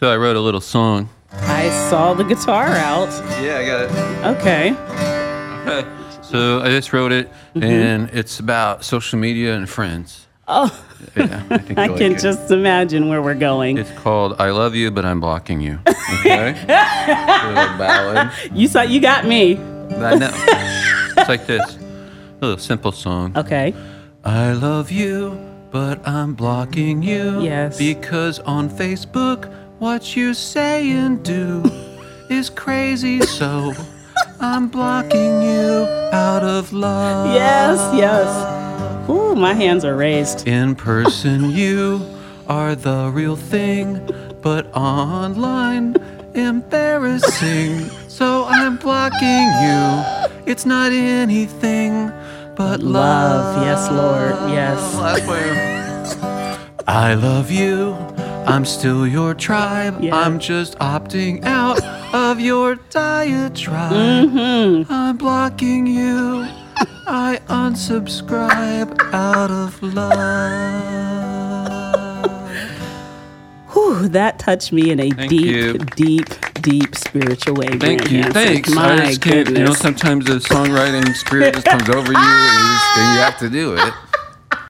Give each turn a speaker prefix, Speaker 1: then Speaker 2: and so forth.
Speaker 1: So I wrote a little song.
Speaker 2: I saw the guitar out.
Speaker 1: Yeah, I got it.
Speaker 2: Okay.
Speaker 1: So I just wrote it, and it's about social media and friends.
Speaker 2: Oh,
Speaker 1: Yeah, I, think
Speaker 2: I
Speaker 1: you'll like
Speaker 2: can
Speaker 1: it.
Speaker 2: just imagine where we're going.
Speaker 1: It's called "I Love You, But I'm Blocking You." Okay. little ballad.
Speaker 2: You saw you got me.
Speaker 1: I know. it's like this. A little simple song.
Speaker 2: Okay.
Speaker 1: I love you, but I'm blocking you.
Speaker 2: Yes.
Speaker 1: Because on Facebook, what you say and do is crazy, so I'm blocking you out of love.
Speaker 2: Yes, yes. Ooh, my hands are raised.
Speaker 1: In person, you are the real thing, but online, embarrassing. So I'm blocking you. It's not anything but love.
Speaker 2: Love, yes, Lord, yes.
Speaker 1: Last word. I love you. I'm still your tribe.
Speaker 2: Yeah.
Speaker 1: I'm just opting out of your diatribe.
Speaker 2: Mm-hmm.
Speaker 1: I'm blocking you. I unsubscribe out of love.
Speaker 2: Whew, that touched me in a
Speaker 1: Thank
Speaker 2: deep,
Speaker 1: you.
Speaker 2: deep, deep spiritual way.
Speaker 1: Thank
Speaker 2: Brandon
Speaker 1: you.
Speaker 2: Hanson.
Speaker 1: Thanks.
Speaker 2: My
Speaker 1: I just can't.
Speaker 2: goodness.
Speaker 1: You know, sometimes the songwriting spirit just comes over you, and you, just, and you have to do it.